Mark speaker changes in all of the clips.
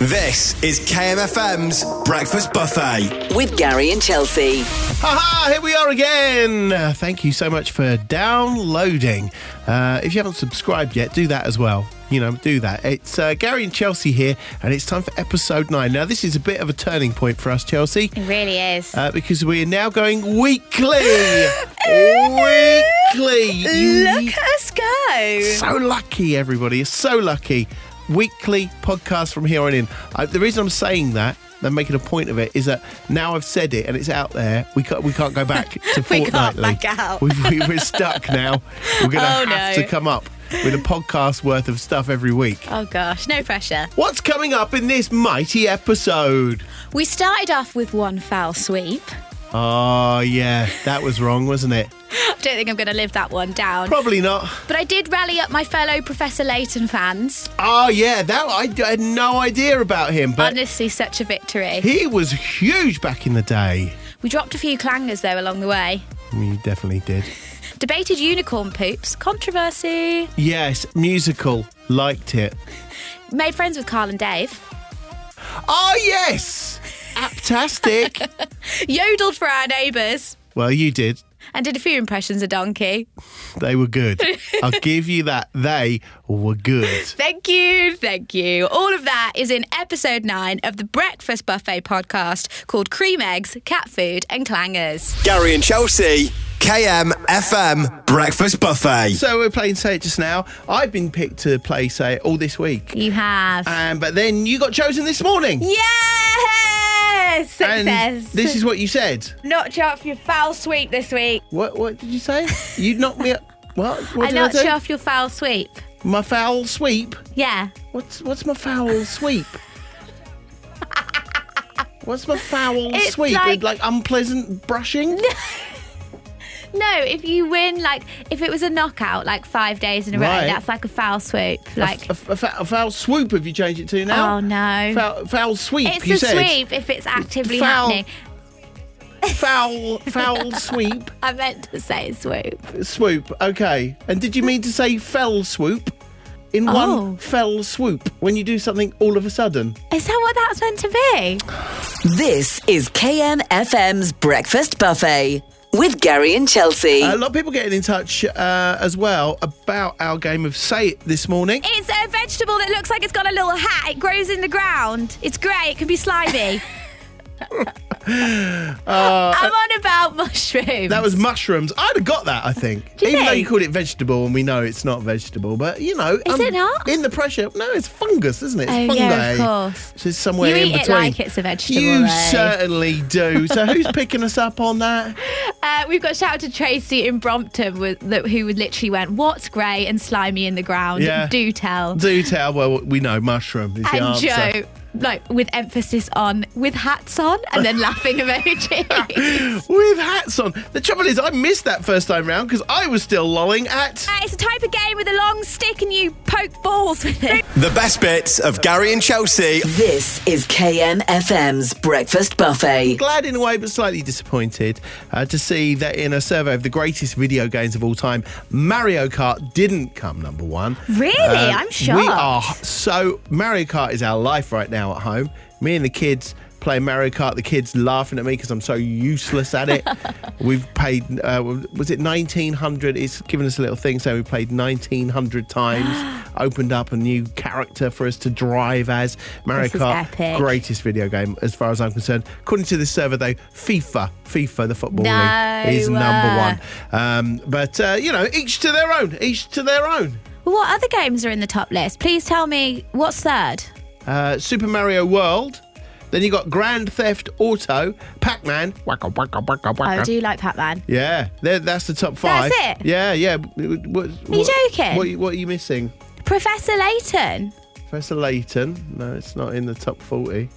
Speaker 1: This is KMFM's Breakfast Buffet.
Speaker 2: with Gary and Chelsea.
Speaker 3: Haha, here we are again. Uh, Thank you so much for downloading. Uh, if you haven't subscribed yet, do that as well. You know, do that. It's uh, Gary and Chelsea here, and it's time for episode nine. Now, this is a bit of a turning point for us, Chelsea,
Speaker 4: It really is.
Speaker 3: uh, because we're now going weekly. weekly. You-
Speaker 5: Look at us go.
Speaker 3: so lucky, everybody. You're so lucky. Weekly podcast from here on in. I, the reason I'm saying that, and making a point of it, is that now I've said it and it's out there. We can't, we can't go back to
Speaker 5: We can't
Speaker 3: fortnightly.
Speaker 5: back out.
Speaker 3: We, we, we're stuck now. We're going to
Speaker 5: Oh,
Speaker 3: have
Speaker 5: no.
Speaker 3: to come up with a podcast worth of stuff every week.
Speaker 5: Oh gosh, no pressure.
Speaker 3: What's coming up in this mighty episode?
Speaker 5: We started off with one foul sweep.
Speaker 3: Oh, yeah, that was wrong, wasn't it?
Speaker 5: I don't think I'm going to live that one down.
Speaker 3: Probably not.
Speaker 5: But I did rally up my fellow Professor Layton fans.
Speaker 3: Oh, yeah, that I, I had no idea about him, but
Speaker 5: Honestly, such a victory.
Speaker 3: he was huge back in the day.
Speaker 5: We dropped a few clangers though along the way.
Speaker 3: You definitely did.
Speaker 5: Debated unicorn poops, controversy.
Speaker 3: Yes, musical. Liked it.
Speaker 5: Made friends with Carl and Dave.
Speaker 3: Oh, yes! Aptastic.
Speaker 5: Yodeled for our neighbours.
Speaker 3: well, you did.
Speaker 5: And did a few impressions of Donkey.
Speaker 3: They were good. I'll give you that. They were good.
Speaker 5: Thank you, thank you. All of that is in episode nine of the Breakfast Buffet podcast called Cream Eggs, Cat Food, and Clangers.
Speaker 1: Gary and Chelsea, KMFM Breakfast Buffet.
Speaker 3: So we're playing Say It just now. I've been picked to play Say It all this week.
Speaker 5: You have.
Speaker 3: Um, but then you got chosen this morning.
Speaker 5: yes!
Speaker 3: And
Speaker 5: Success!
Speaker 3: this is what you said.
Speaker 5: Notch you off your foul sweep this week.
Speaker 3: What What did you say? You knocked me up. What? What
Speaker 5: I
Speaker 3: did I,
Speaker 5: knocked
Speaker 3: do?
Speaker 5: you off your foul sweep.
Speaker 3: My foul sweep.
Speaker 5: Yeah.
Speaker 3: What's What's my foul sweep? What's my foul
Speaker 5: It's
Speaker 3: sweep?
Speaker 5: like-
Speaker 3: like unpleasant brushing?
Speaker 5: No, if you win, like, if it was a knockout, like five days in a row,
Speaker 3: Right.
Speaker 5: that's like a foul swoop. Like,
Speaker 3: A, a fa- a foul swoop have you changed it to now?
Speaker 5: Oh, no.
Speaker 3: Foul, foul sweep,
Speaker 5: it's
Speaker 3: you
Speaker 5: a
Speaker 3: said.
Speaker 5: sweep if it's actively
Speaker 3: Foul.
Speaker 5: happening.
Speaker 3: Foul foul sweep.
Speaker 5: I meant to say swoop.
Speaker 3: Swoop, okay. And did you mean to say fell swoop? In one
Speaker 5: Oh.
Speaker 3: fell swoop, when you do something all of a sudden.
Speaker 5: Is that what that's meant to be?
Speaker 2: This is KMFM's Breakfast Buffet with Gary and Chelsea.
Speaker 3: A lot of people getting in touch uh, as well about our game of Say It this morning.
Speaker 5: It's a vegetable that looks like it's got a little hat. It grows in the ground. It's grey. It can be slimy. Uh, I'm on about mushrooms.
Speaker 3: That was mushrooms. I'd have got that, I think.
Speaker 5: you
Speaker 3: Even though you
Speaker 5: think?
Speaker 3: called it vegetable, and we know it's not vegetable, but you know, is
Speaker 5: it not?
Speaker 3: In the pressure, no, it's fungus, isn't it? It's
Speaker 5: Oh, yeah,
Speaker 3: fungi.
Speaker 5: of course.
Speaker 3: So it's somewhere
Speaker 5: You
Speaker 3: in
Speaker 5: eat it
Speaker 3: between.
Speaker 5: like it's a vegetable, eh?
Speaker 3: You
Speaker 5: though.
Speaker 3: certainly do. So who's picking us up on that?
Speaker 5: Uh, we've got shout out to Tracy in Brompton with, that, who literally went, "What's grey and slimy in the ground?
Speaker 3: Yeah.
Speaker 5: Do tell."
Speaker 3: Do tell. Well, we know mushroom is the
Speaker 5: and
Speaker 3: answer.
Speaker 5: Joe, like with emphasis on with hats on, and then laughing emoji.
Speaker 3: With hats on. The trouble is, I missed that first time round because I was still lolling at.
Speaker 5: Uh, it's a type of game with a long stick and you poke balls with it.
Speaker 1: The best bits of Gary and Chelsea.
Speaker 2: This is KMFM's Breakfast Buffet.
Speaker 3: Glad in a way, but slightly disappointed uh, to see that in a survey of the greatest video games of all time, Mario Kart didn't come number one.
Speaker 5: Really?
Speaker 3: Um,
Speaker 5: I'm shocked.
Speaker 3: We are so Mario Kart is our life right now at home. Me and the kids play Mario Kart. The kids laughing at me because I'm so useless at it. We've paid uh, was it 1900? It's given us a little thing saying we played 1900 times. opened up a new character for us to drive as Mario
Speaker 5: This is
Speaker 3: Kart.
Speaker 5: epic.
Speaker 3: Greatest video game as far as I'm concerned. According to this survey, though, FIFA, FIFA, the football
Speaker 5: No uh,
Speaker 3: league, is number one.
Speaker 5: way.
Speaker 3: Um, but uh, you know, each to their own. Each to their own.
Speaker 5: What other games are in the top list? Please tell me what's third.
Speaker 3: uh, Super Mario World. Then you got Grand Theft Auto, Pac Man.
Speaker 5: I Oh, do like Pac Man.
Speaker 3: Yeah, there- that's the top five.
Speaker 5: That's it?
Speaker 3: Yeah, yeah. What, what,
Speaker 5: Are you joking?
Speaker 3: What, what are you missing?
Speaker 5: Professor Layton.
Speaker 3: Professor Layton. No, it's not in the top 40.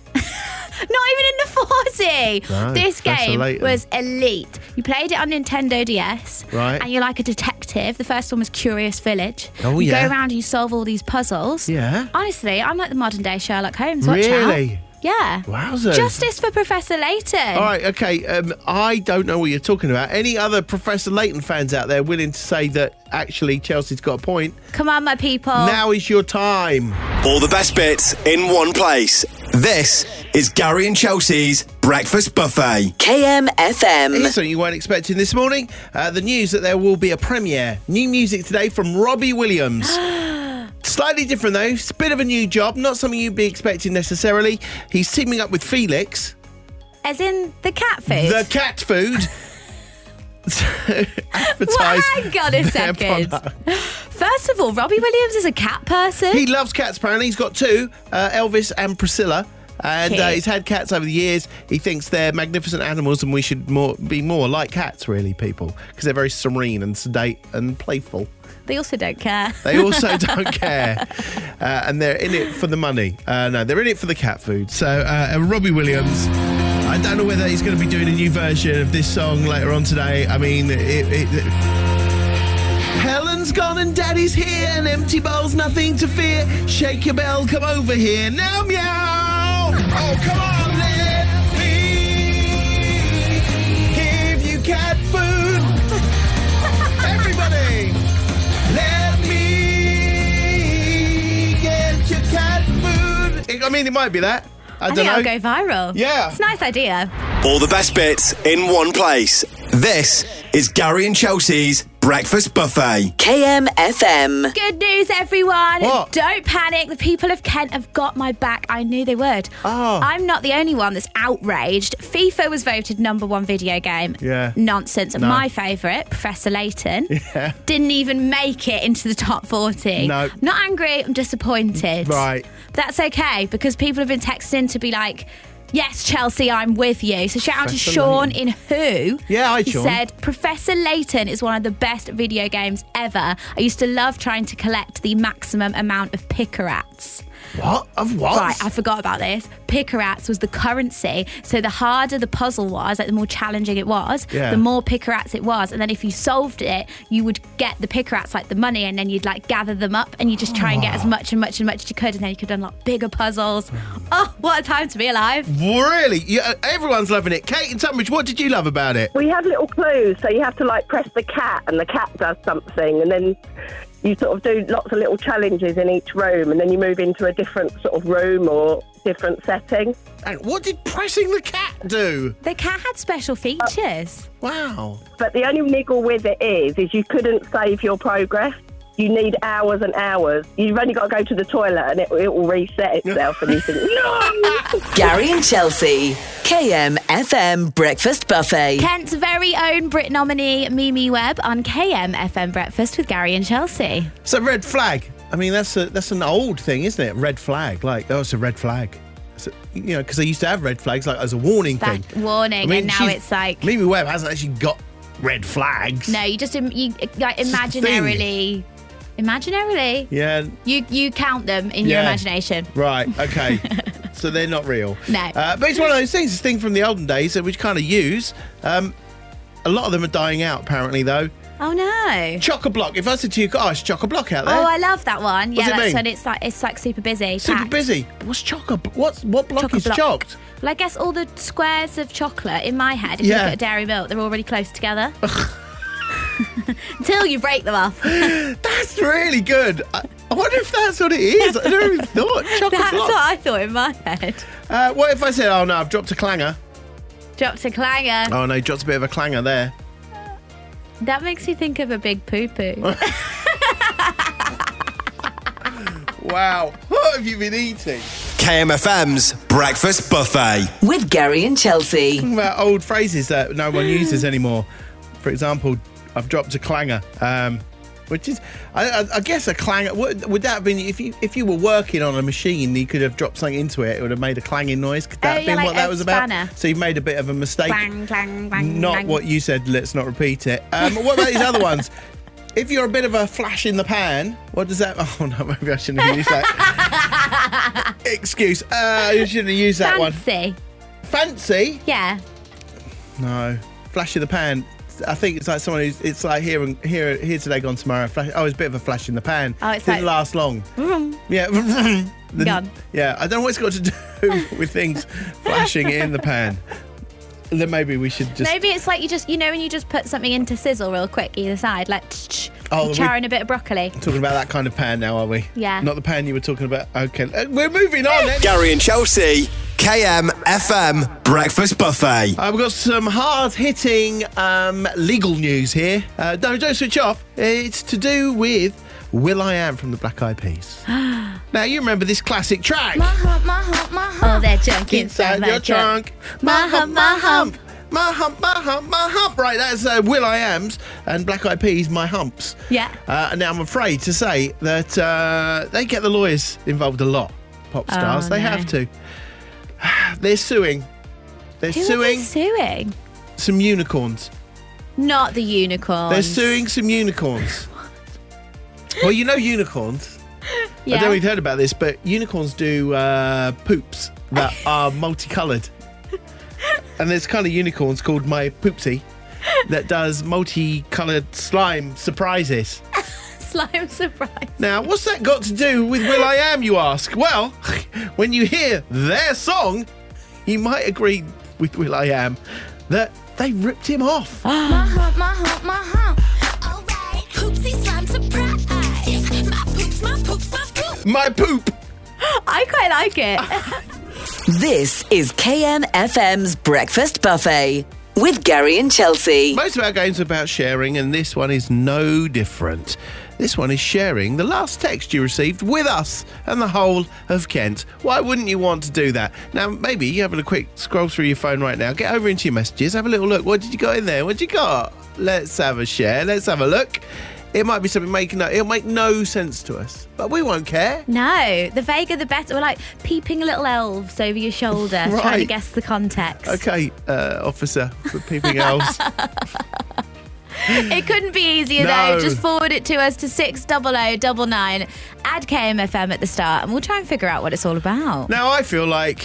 Speaker 5: Not even in the 40.
Speaker 3: No,
Speaker 5: this
Speaker 3: Professor
Speaker 5: game
Speaker 3: Layton.
Speaker 5: was elite. You played it on Nintendo DS.
Speaker 3: Right.
Speaker 5: And you're like a detective. The first one was Curious Village.
Speaker 3: Oh,
Speaker 5: you
Speaker 3: yeah.
Speaker 5: go around and you solve all these puzzles.
Speaker 3: Yeah.
Speaker 5: Honestly, I'm like the modern day Sherlock Holmes. Watch out.
Speaker 3: really?
Speaker 5: Yeah.
Speaker 3: Wowzers.
Speaker 5: Justice for Professor Layton.
Speaker 3: All right, okay. Um, I don't know what you're talking about. Any other Professor Layton fans out there willing to say that actually Chelsea's got a point?
Speaker 5: Come on, my people.
Speaker 3: Now is your time.
Speaker 1: All the best bits in one place. This is Gary and Chelsea's Breakfast Buffet.
Speaker 2: KMFM.
Speaker 3: Here's something you weren't expecting this morning uh, the news that there will be a premiere. New music today from Robbie Williams. Slightly different though. It's a bit of a new job, not something you'd be expecting necessarily. He's teaming up with Felix,
Speaker 5: As in the cat food.
Speaker 3: the cat food. to
Speaker 5: well,
Speaker 3: advertise
Speaker 5: hang on a
Speaker 3: their
Speaker 5: second.
Speaker 3: product.
Speaker 5: First of all, Robbie Williams is a cat person.
Speaker 3: He loves cats, apparently. He's got two uh, Elvis and Priscilla. And uh,
Speaker 5: Okay.
Speaker 3: he's had cats over the years. He thinks they're magnificent animals and we should more be more like cats, really, people, because they're very serene and sedate and playful.
Speaker 5: they also don't care.
Speaker 3: They also don't care. Uh, and they're in it for the money. Uh, no, they're in it for the cat food. So, uh, uh, Robbie Williams. I don't know whether he's going to be doing a new version of this song later on today. I mean, it. it, it- Helen's gone and daddy's here, and empty bowl's nothing to fear. Shake your bell, come over here. Now, meow! Oh, come on, let me give you cat food. Everybody! Let me get your cat food. I mean, it might be that. I,
Speaker 5: I
Speaker 3: don't
Speaker 5: think
Speaker 3: know.
Speaker 5: I'll go viral.
Speaker 3: Yeah.
Speaker 5: It's a nice idea.
Speaker 1: All the best bits in one place. This is Gary and Chelsea's Breakfast Buffet.
Speaker 2: KMFM.
Speaker 5: Good news, everyone.
Speaker 3: What?
Speaker 5: Don't panic. The people of Kent have got my back. I knew they would.
Speaker 3: Oh.
Speaker 5: I'm not the only one that's outraged. FIFA was voted number one video game.
Speaker 3: Yeah.
Speaker 5: Nonsense.
Speaker 3: No.
Speaker 5: My favourite, Professor Layton, yeah. didn't even make it into the top 40.
Speaker 3: No.
Speaker 5: Not angry. I'm disappointed.
Speaker 3: Right.
Speaker 5: But that's okay because people have been texting in to be like, Yes, Chelsea, I'm with you. So shout out to
Speaker 3: Professor
Speaker 5: Sean in Who.
Speaker 3: Yeah, hi,
Speaker 5: he
Speaker 3: Sean.
Speaker 5: said, Professor Layton is one of the best video games ever. I used to love trying to collect the maximum amount of picarats.
Speaker 3: What? Of what?
Speaker 5: Right, I forgot about this. Picarats was the currency. So the harder the puzzle was, like the more challenging it was,
Speaker 3: Yeah.
Speaker 5: the more picarats it was. And then if you solved it, you would get the picarats, like the money, and then you'd like gather them up and you just try and get as much and much and much as you could. And then you could unlock bigger puzzles. Oh, what a time to be alive.
Speaker 3: really? Yeah, everyone's loving it. Kate and Tunbridge, what did you love about it?
Speaker 4: We have little clues, so you have to like press the cat, and the cat does something, and then you sort of do lots of little challenges in each room, and then you move into a different sort of room or different setting.
Speaker 3: And what did pressing the cat do?
Speaker 5: The cat had special features.
Speaker 3: Wow.
Speaker 4: But the only niggle with it is, is you couldn't save your progress. You need hours and hours. You've only got to go to the toilet, and it, it will reset itself, and you think, no.
Speaker 2: Gary and Chelsea. KMFM Breakfast Buffet.
Speaker 5: Kent's very own Brit nominee, Mimi Webb, on KMFM Breakfast with Gary and Chelsea.
Speaker 3: So red flag. I mean, that's a that's an old thing, isn't it? Red flag. Like, oh, it's a red flag. So, you know, because they used to have red flags like as a warning
Speaker 5: That
Speaker 3: thing.
Speaker 5: warning,
Speaker 3: I mean,
Speaker 5: and now
Speaker 3: she's-
Speaker 5: it's like.
Speaker 3: Mimi Webb hasn't actually got red flags.
Speaker 5: No, you just im- you like
Speaker 3: just a
Speaker 5: imaginarily, imaginarily.
Speaker 3: Yeah,
Speaker 5: You you count them in your
Speaker 3: Yeah.
Speaker 5: imagination.
Speaker 3: Right. Okay. so they're not real.
Speaker 5: No.
Speaker 3: Uh, but it's one of those things. It's a thing from the olden days that we kind of use. Um, a lot of them are dying out, apparently, though.
Speaker 5: Oh no.
Speaker 3: Chock a block. If I said to you, "Oh, it's chock a block out there,"
Speaker 5: Oh, I love that one.
Speaker 3: does
Speaker 5: yeah,
Speaker 3: it
Speaker 5: that's
Speaker 3: mean?
Speaker 5: when it's like it's like super busy.
Speaker 3: super
Speaker 5: packed.
Speaker 3: busy. What's chock a? What's what block is
Speaker 5: Chock-a-block.
Speaker 3: chocked?
Speaker 5: Well, I guess all the squares of chocolate in my head, if
Speaker 3: Yeah.
Speaker 5: you look at a dairy milk, they're all really close together. Until you break them off.
Speaker 3: That's really good. I, I wonder if that's what it is. I never even thought chock a
Speaker 5: That's
Speaker 3: block.
Speaker 5: what I thought in my head.
Speaker 3: Uh, what if I said, "Oh no, I've dropped a clanger."
Speaker 5: Dropped a clanger.
Speaker 3: Oh no, dropped a bit of a clanger there.
Speaker 5: That makes me think of a big poo poo.
Speaker 3: Wow. What have you been eating?
Speaker 1: KMFM's Breakfast Buffet.
Speaker 2: With Gary and Chelsea.
Speaker 3: Talking about old phrases that no one uses anymore. For example, I've dropped a clanger, um, which is, I, I, I guess, a clanger. Would, would that have been if you if you were working on a machine, you could have dropped something into it. It would have made a clanging noise. Could that
Speaker 5: Oh,
Speaker 3: have
Speaker 5: yeah,
Speaker 3: been
Speaker 5: like
Speaker 3: what that
Speaker 5: a
Speaker 3: was
Speaker 5: spanner.
Speaker 3: about? So you've made a bit of a mistake.
Speaker 5: Clang, clang, clang,
Speaker 3: Not
Speaker 5: clang.
Speaker 3: what you said. Let's not repeat it. Um, what about these other ones? If you're a bit of a flash in the pan, what does that? Oh no, maybe I shouldn't have used that. Excuse. Uh, you shouldn't have used that
Speaker 5: Fancy.
Speaker 3: one. Fancy.
Speaker 5: Yeah.
Speaker 3: No. Flash of the pan. it's. I think it's like someone who's. It's like here and here, here today, gone tomorrow. Flash, oh, it's a bit of a flash in the pan.
Speaker 5: Oh, it's
Speaker 3: didn't
Speaker 5: like-
Speaker 3: last long. Yeah, The-
Speaker 5: Gone.
Speaker 3: Yeah, I don't know what it's got to do with things flashing in the pan. Then maybe we should just.
Speaker 5: Maybe it's like you just, you know, when you just put something into sizzle real quick either side, like tch, tch,
Speaker 3: Oh, we-
Speaker 5: charring a bit of broccoli.
Speaker 3: Talking about that kind of pan now, are we?
Speaker 5: Yeah.
Speaker 3: Not the pan you were talking about. Okay, uh, we're moving on. Then.
Speaker 1: Gary and Chelsea, KM FM Breakfast Buffet.
Speaker 3: Uh, we've got some hard hitting um, legal news here. Uh, no, don't switch off. It's to do with Will I Am from the Black Eyed Peas. now, you remember this classic track.
Speaker 5: All that junk inside my
Speaker 3: your
Speaker 5: trunk.
Speaker 3: trunk.
Speaker 5: My hump, my hump.
Speaker 3: My hump, my hump, my hump. Right, that's uh, Will I Am's and Black Eyed Peas, My Humps.
Speaker 5: Yeah.
Speaker 3: Uh, and now I'm afraid to say that uh, they get the lawyers involved a lot, pop stars. they
Speaker 5: Oh, no.
Speaker 3: have to. They're suing. They're
Speaker 5: Who are
Speaker 3: suing
Speaker 5: they suing?
Speaker 3: some unicorns.
Speaker 5: Not the unicorn.
Speaker 3: They're suing some unicorns. well, you know unicorns. I don't know if you've heard about this, but unicorns do uh, poops that are multicoloured. And there's kind of unicorns called my poopsie that does multicoloured slime surprises.
Speaker 5: Slime surprise.
Speaker 3: Now, what's that got to do with Will I Am, you ask? Well, when you hear their song, you might agree with Will I Am that they ripped him off. My poop!
Speaker 5: I quite like it.
Speaker 2: This is KMFM's Breakfast Buffet with Gary and Chelsea.
Speaker 3: Most of our games are about sharing, and this one is no different. This one is sharing the last text you received with us and the whole of Kent. Why wouldn't you want to do that? Now, maybe you're having a quick scroll through your phone right now. Get over into your messages, have a little look. What did you got in there? What you got? Let's have a share. Let's have a look. It might be something making no, it'll make no sense to us, but we won't care.
Speaker 5: No, the vaguer the better. We're like peeping little elves over your shoulder, trying to
Speaker 3: Right.
Speaker 5: guess the context.
Speaker 3: Okay, uh, officer for peeping owls.
Speaker 5: It couldn't be easier
Speaker 3: No.
Speaker 5: though. Just forward it to us to six double o double nine. Add KMFM at the start, and we'll try and figure out what it's all about.
Speaker 3: Now I feel like,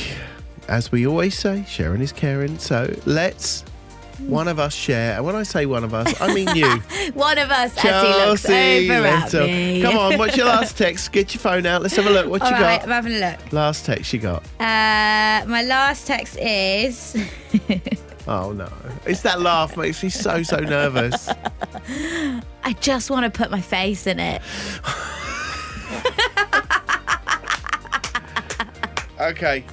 Speaker 3: as we always say, sharing is caring. So let's one of us share. And when I say one of us, I mean you.
Speaker 5: One of us, as he looks
Speaker 3: Chelsea
Speaker 5: over at
Speaker 3: Little.
Speaker 5: me.
Speaker 3: Come on, what's your last text? Get your phone out. Let's have a look. What
Speaker 5: All
Speaker 3: you
Speaker 5: right, I'm
Speaker 3: got?
Speaker 5: having a look.
Speaker 3: Last text you got.
Speaker 5: Uh, my last text is
Speaker 3: Oh no! It's that laugh makes me so so nervous.
Speaker 5: I just want to put my face in it.
Speaker 3: Okay.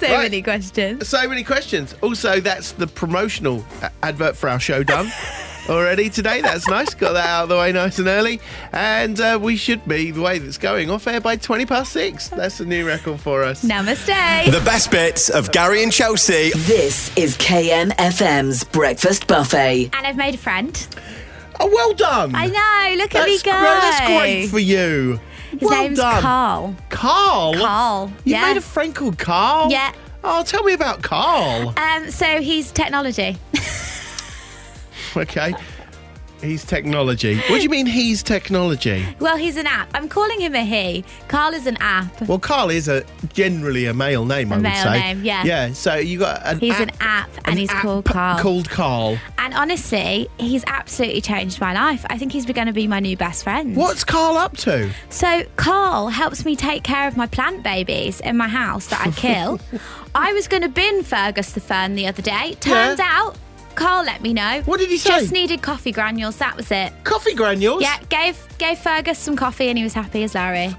Speaker 5: So
Speaker 3: Right.
Speaker 5: many questions.
Speaker 3: So many questions. Also, that's the promotional a- advert for our show done already today. That's nice. Got that out of the way nice and early. And uh, we should be, the way that's going, off air by 20 past six. That's a new record for us.
Speaker 5: Namaste.
Speaker 1: The best bits of Gary and Chelsea.
Speaker 2: This is KMFM's Breakfast Buffet.
Speaker 5: And I've made a friend.
Speaker 3: Oh, well done.
Speaker 5: I know. Look at me
Speaker 3: That's,
Speaker 5: go.
Speaker 3: great. that's great for you.
Speaker 5: His
Speaker 3: well
Speaker 5: name's
Speaker 3: done.
Speaker 5: Carl.
Speaker 3: Carl.
Speaker 5: Carl,
Speaker 3: You
Speaker 5: yeah.
Speaker 3: made a friend called Carl?
Speaker 5: Yeah.
Speaker 3: Oh, tell me about Carl.
Speaker 5: Um, so he's technology.
Speaker 3: Okay. He's technology. What do you mean he's technology?
Speaker 5: Well, he's an app. I'm calling him a he. Carl is an app.
Speaker 3: Well, Carl is a generally a male name, I would
Speaker 5: male
Speaker 3: say.
Speaker 5: name, yeah.
Speaker 3: Yeah. So you got an.
Speaker 5: He's
Speaker 3: app,
Speaker 5: an app and
Speaker 3: an
Speaker 5: he's
Speaker 3: app
Speaker 5: called Carl.
Speaker 3: Called Carl.
Speaker 5: And honestly, he's absolutely changed my life. I think he's going to be my new best friend.
Speaker 3: What's Carl up to?
Speaker 5: So Carl helps me take care of my plant babies in my house that I kill. I was going to bin Fergus the fern the other day. Turns
Speaker 3: Yeah.
Speaker 5: out Carl let me know.
Speaker 3: What did he say?
Speaker 5: Just needed coffee granules. That was it.
Speaker 3: Coffee granules.
Speaker 5: Yeah, gave gave Fergus some coffee and he was happy as Larry.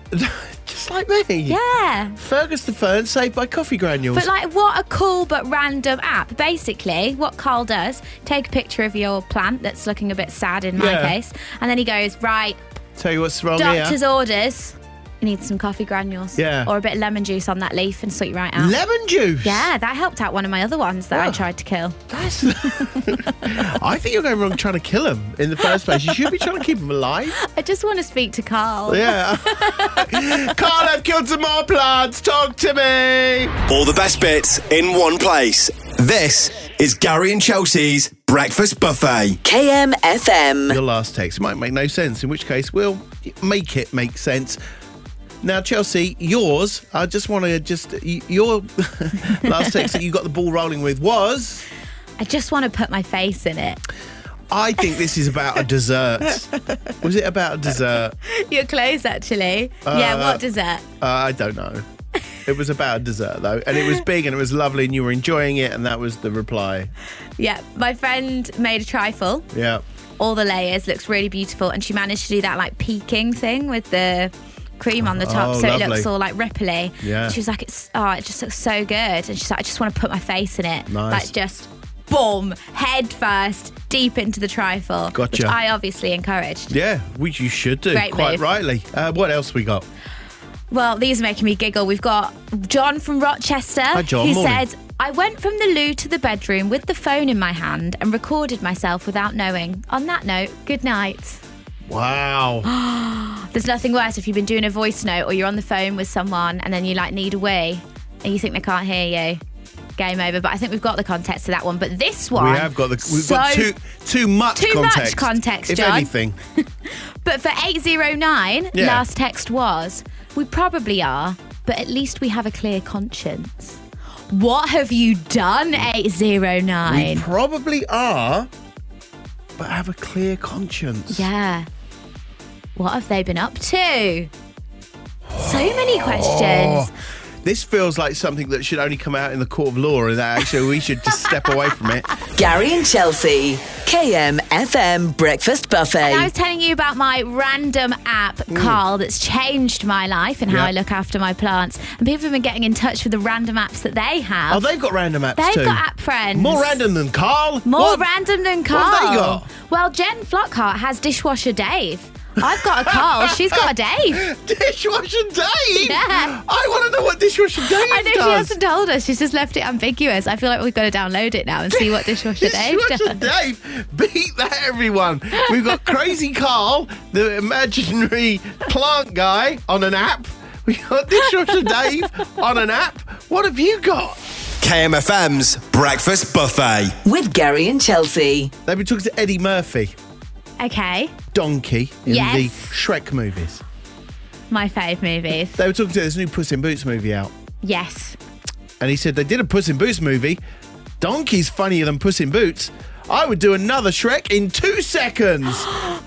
Speaker 3: Just like me.
Speaker 5: Yeah.
Speaker 3: Fergus the Fern saved by coffee granules.
Speaker 5: But like, what a cool but random app. Basically, what Carl does: take a picture of your plant that's looking a bit sad in my
Speaker 3: Yeah.
Speaker 5: case, and then he goes, "Right,
Speaker 3: Tell you what's wrong
Speaker 5: doctor's
Speaker 3: here.
Speaker 5: orders. You need some coffee granules,
Speaker 3: Oh, Yeah.
Speaker 5: or a bit of lemon juice on that leaf, and sort you right out."
Speaker 3: Lemon juice.
Speaker 5: yeah, that helped out one of my other ones that I
Speaker 3: Wow.
Speaker 5: tried to kill.
Speaker 3: That's- I think you're going wrong trying to kill him in the first place. You should be trying to keep him alive.
Speaker 5: I just want to speak to Carl.
Speaker 3: Yeah. Carl, I've killed some more plants. Talk to me.
Speaker 1: All the best bits in one place. This is Gary and Chelsea's Breakfast Buffet.
Speaker 2: KMFM.
Speaker 3: your last text might make no sense, in which case we'll make it make sense. Now, Chelsea, yours, I just want to just, y- your last text that you got the ball rolling with was,
Speaker 5: I just want to put my face in it.
Speaker 3: I think this is about a dessert. Was it about a dessert?
Speaker 5: You're close, actually. yeah,
Speaker 3: Uh,
Speaker 5: what dessert?
Speaker 3: Uh, I don't know. It was about a dessert though, and it was big and it was lovely, and you were enjoying it, and that was the reply.
Speaker 5: Yeah, my friend made a trifle.
Speaker 3: Yeah.
Speaker 5: All the layers looks really beautiful, and she managed to do that like peaking thing with the cream on the top,
Speaker 3: Oh,
Speaker 5: so
Speaker 3: lovely.
Speaker 5: it looks all like ripply.
Speaker 3: Yeah.
Speaker 5: She was like, "It's oh, it just looks so good," and she's like, "I just want to put my face in it,
Speaker 3: Nice.
Speaker 5: like just." Boom, head first, deep into the trifle. Which
Speaker 3: Gotcha.
Speaker 5: I obviously encouraged.
Speaker 3: Yeah, which you should do,
Speaker 5: Great
Speaker 3: quite
Speaker 5: move.
Speaker 3: rightly. Uh, what else we got?
Speaker 5: Well, these are making me giggle. We've got John from Rochester
Speaker 3: John.
Speaker 5: who
Speaker 3: Morning.
Speaker 5: said, I went from the loo to the bedroom with the phone in my hand and recorded myself without knowing. On that note, good night.
Speaker 3: Wow.
Speaker 5: There's nothing worse if you've been doing a voice note or you're on the phone with someone and then you like need a wee and you think they can't hear you. Game over. But I think we've got the context to that one. But this one
Speaker 3: we have got the we've got
Speaker 5: so-
Speaker 3: too too much
Speaker 5: Too much
Speaker 3: context.
Speaker 5: context,
Speaker 3: if
Speaker 5: John.
Speaker 3: anything.
Speaker 5: But for 809,
Speaker 3: Yeah.
Speaker 5: last text was, we probably are, but at least we have a clear conscience. What have you done,
Speaker 3: We
Speaker 5: 809?
Speaker 3: probably are, but have a clear conscience.
Speaker 5: Yeah. What have they been up to? So many
Speaker 3: Oh.
Speaker 5: questions.
Speaker 3: This feels like something that should only come out in the court of law, and that actually we should just step away from it.
Speaker 2: Gary and Chelsea, KMFM Breakfast Buffet.
Speaker 5: I was telling you about my random app, Carl, that's changed my life and how
Speaker 3: Mm. Yeah.
Speaker 5: I look after my plants. And people have been getting in touch with the random apps that they have.
Speaker 3: Oh, they've got random apps
Speaker 5: They've
Speaker 3: too.
Speaker 5: got app friends.
Speaker 3: More random than Carl.
Speaker 5: More
Speaker 3: What?
Speaker 5: random than Carl.
Speaker 3: have they got?
Speaker 5: Well, Jen Flockhart has dishwasher Dave. I've got a Carl. She's got a Dave.
Speaker 3: Dishwasher Dave.
Speaker 5: Yeah.
Speaker 3: I want to know what dishwasher Dave
Speaker 5: I know
Speaker 3: does.
Speaker 5: she hasn't told us. She's just left it ambiguous. I feel like we've got to download it now and see what dishwasher Dave
Speaker 3: Dishwasher
Speaker 5: does.
Speaker 3: Dave, beat that, everyone. We've got Crazy Carl, the imaginary plant guy, on an app. We got Dishwasher Dave on an app. What have you got?
Speaker 1: KMFM's Breakfast Buffet.
Speaker 2: with Gary and Chelsea.
Speaker 3: They've been talking to Eddie Murphy,
Speaker 5: Okay,
Speaker 3: Donkey, in
Speaker 5: Yes.
Speaker 3: the Shrek movies.
Speaker 5: my fave movies.
Speaker 3: They were talking to this new Puss in Boots movie out,
Speaker 5: Yes.
Speaker 3: and he said they did a Puss in Boots movie. Donkey's funnier than Puss in Boots. I would do another Shrek in two seconds.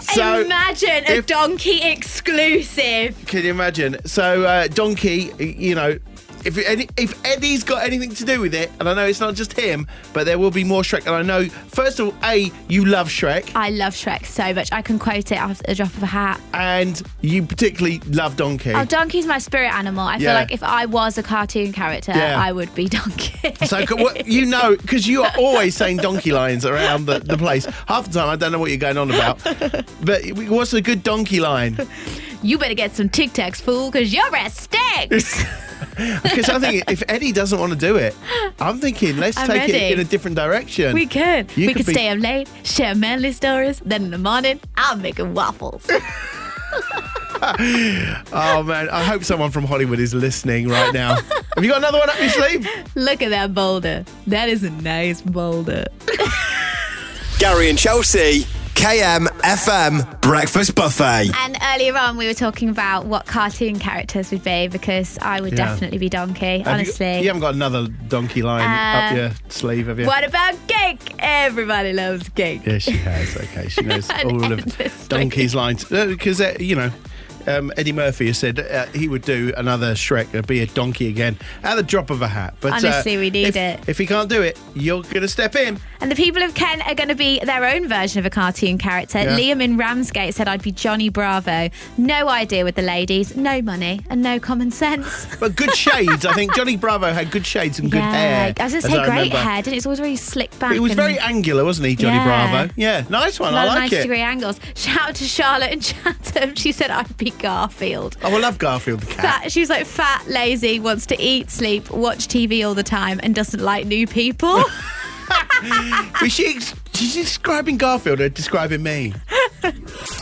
Speaker 3: so
Speaker 5: Imagine a
Speaker 3: if-
Speaker 5: donkey exclusive.
Speaker 3: Can you imagine? So uh, Donkey, you know, if any, if Eddie's got anything to do with it, and I know it's not just him, but there will be more Shrek. And I know, first of all, a you love Shrek,
Speaker 5: I love Shrek so much. I can quote it after the drop of a hat.
Speaker 3: and you particularly love Donkey.
Speaker 5: Oh, donkey's my spirit animal. I
Speaker 3: Yeah.
Speaker 5: feel like if I was a cartoon character,
Speaker 3: Yeah.
Speaker 5: I would be donkey.
Speaker 3: so c- what, you know, because you are always saying donkey lines around the, the place. Half the time, I don't know what you're going on about. But what's a good donkey line?
Speaker 5: You better get some Tic Tacs, fool, because your ass stinks.
Speaker 3: Because I think if Eddie doesn't want to do it, I'm thinking let's
Speaker 5: I'm
Speaker 3: take it
Speaker 5: ready.
Speaker 3: in a different direction.
Speaker 5: we could.
Speaker 3: You
Speaker 5: we
Speaker 3: could
Speaker 5: could
Speaker 3: be-
Speaker 5: stay up late, share manly stories, then in the morning, I'm making waffles.
Speaker 3: Oh man, I hope someone from Hollywood is listening right now. Have you got another one up your sleeve?
Speaker 5: Look at that boulder. That is a nice boulder.
Speaker 1: Gary and Chelsea, KMFM Breakfast Buffet.
Speaker 5: And earlier on, we were talking about what cartoon characters would be because I would
Speaker 3: Yeah.
Speaker 5: definitely be Donkey,
Speaker 3: Have you-
Speaker 5: honestly.
Speaker 3: you, haven't got another donkey line up
Speaker 5: Uh,
Speaker 3: your sleeve, have you?
Speaker 5: What about cake? Everybody loves cake.
Speaker 3: Yeah, she has. Okay, she knows
Speaker 5: An
Speaker 3: all
Speaker 5: endless
Speaker 3: of donkey's lines because uh, you know. Um, Eddie Murphy has said uh, he would do another Shrek, uh, be a donkey again, at the drop of a hat. But uh,
Speaker 5: Honestly, we need
Speaker 3: if-
Speaker 5: it.
Speaker 3: If he can't do it, you're gonna step in.
Speaker 5: And the people of Kent are going to be their own version of a cartoon character.
Speaker 3: Yeah.
Speaker 5: Liam in Ramsgate said, I'd be Johnny Bravo. No idea with the ladies, no money, and no common sense.
Speaker 3: But good shades. I think Johnny Bravo had good shades and good hair.
Speaker 5: I was going to
Speaker 3: as
Speaker 5: say, great
Speaker 3: remember.
Speaker 5: hair, didn't it? It was always really slick back.
Speaker 3: It was
Speaker 5: and
Speaker 3: very angular, wasn't he, Johnny
Speaker 5: Yeah.
Speaker 3: Bravo? Yeah, nice one.
Speaker 5: a
Speaker 3: I
Speaker 5: lot of
Speaker 3: like
Speaker 5: 90
Speaker 3: it.
Speaker 5: degree angles. Shout out to Charlotte in Chatham. She said, I'd be Garfield.
Speaker 3: Oh, I love Garfield the cat.
Speaker 5: Fat, she was like fat, lazy, wants to eat, sleep, watch TV all the time, and doesn't like new people. uh,
Speaker 3: Was she, she's describing Garfield or describing me?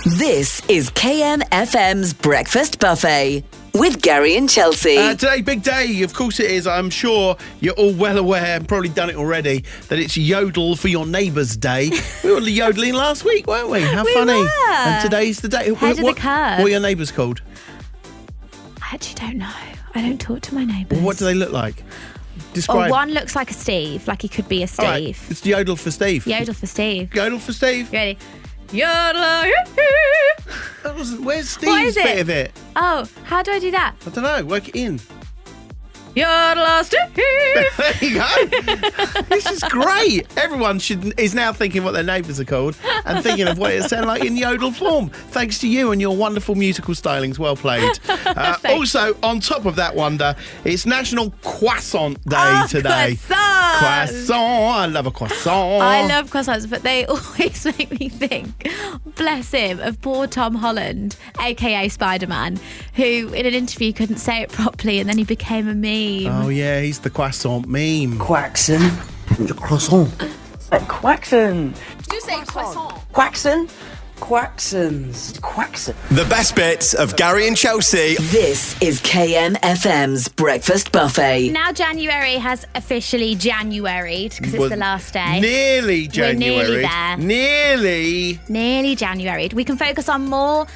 Speaker 2: This is KMFM's Breakfast Buffet with Gary and Chelsea.
Speaker 3: Uh, today, big day. Of course it is. I'm sure you're all well aware and probably done it already that it's Yodel for Your Neighbours Day. we were yodeling last week, weren't we? How
Speaker 5: We
Speaker 3: funny.
Speaker 5: were.
Speaker 3: And today's the day.
Speaker 5: Head of the
Speaker 3: what,
Speaker 5: curve.
Speaker 3: what are your neighbours called?
Speaker 5: I actually don't know. I don't talk to my neighbours.
Speaker 3: What do they look like?
Speaker 5: Or
Speaker 3: describe.
Speaker 5: Oh, one looks like a Steve, like he could be a Steve.
Speaker 3: All right, it's yodel for Steve.
Speaker 5: Yodel for Steve.
Speaker 3: Yodel for Steve.
Speaker 5: You ready? Yodel.
Speaker 3: That wasn't. Where's Steve's
Speaker 5: What is
Speaker 3: bit
Speaker 5: it?
Speaker 3: of it?
Speaker 5: Oh, how do I do that?
Speaker 3: I don't know. Work it in.
Speaker 5: Yodel Steve.
Speaker 3: There you go. this is great. Everyone should is now thinking what their neighbours are called and thinking of what it sounds like in yodel form. Thanks to you and your wonderful musical stylings. Well played. Uh, also, on top of that wonder, it's National Croissant Day
Speaker 5: Oh,
Speaker 3: today.
Speaker 5: croissant.
Speaker 3: Croissant. I love a croissant.
Speaker 5: I love croissants, but they always make me think, bless him, of poor Tom Holland, aka Spider Man, who in an interview couldn't say it properly and then he became a meme.
Speaker 3: Oh yeah, he's the croissant meme.
Speaker 6: Quaxon. Croissant. Quaxon.
Speaker 7: Do say croissant.
Speaker 6: Quaxon. Quaxons. Quaxon.
Speaker 1: The best bits of Gary and Chelsea.
Speaker 2: This is KMFM's Breakfast Buffet.
Speaker 5: Now January has officially Januaried because it's
Speaker 3: Well,
Speaker 5: the last day.
Speaker 3: Nearly
Speaker 5: We're
Speaker 3: January.
Speaker 5: nearly there.
Speaker 3: Nearly.
Speaker 5: nearly Januaried. We can focus on more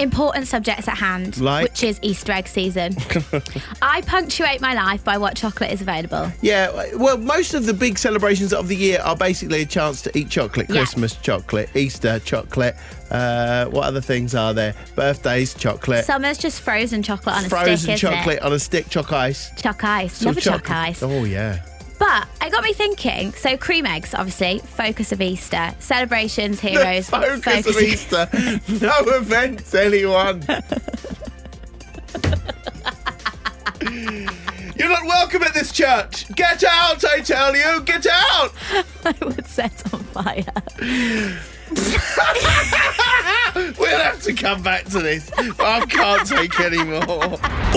Speaker 5: important subjects at hand,
Speaker 3: Like?
Speaker 5: which is Easter egg season. I punctuate my life by what chocolate is available.
Speaker 3: Yeah, well, most of the big celebrations of the year are basically a chance to eat chocolate,
Speaker 5: Yeah.
Speaker 3: Christmas chocolate, Easter chocolate. Uh, what other things are there? Birthdays chocolate,
Speaker 5: Summer's just frozen chocolate on a
Speaker 3: frozen
Speaker 5: stick, isn't
Speaker 3: chocolate
Speaker 5: it?
Speaker 3: on a stick, choc ice.
Speaker 5: Choc ice.
Speaker 3: Some
Speaker 5: Love a choc ice.
Speaker 3: Oh yeah,
Speaker 5: But it got me thinking. So cream eggs, obviously, focus of Easter. Celebrations,
Speaker 3: the
Speaker 5: heroes,
Speaker 3: focus, of Easter. no offence, anyone. You're not welcome at this church. Get out, I tell you. Get out.
Speaker 5: I would set on fire.
Speaker 3: We'll have to come back to this. I can't take any more.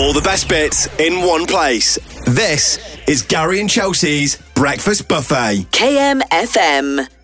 Speaker 1: All the best bits in one place. This is Gary and Chelsea's Breakfast Buffet.
Speaker 2: KMFM.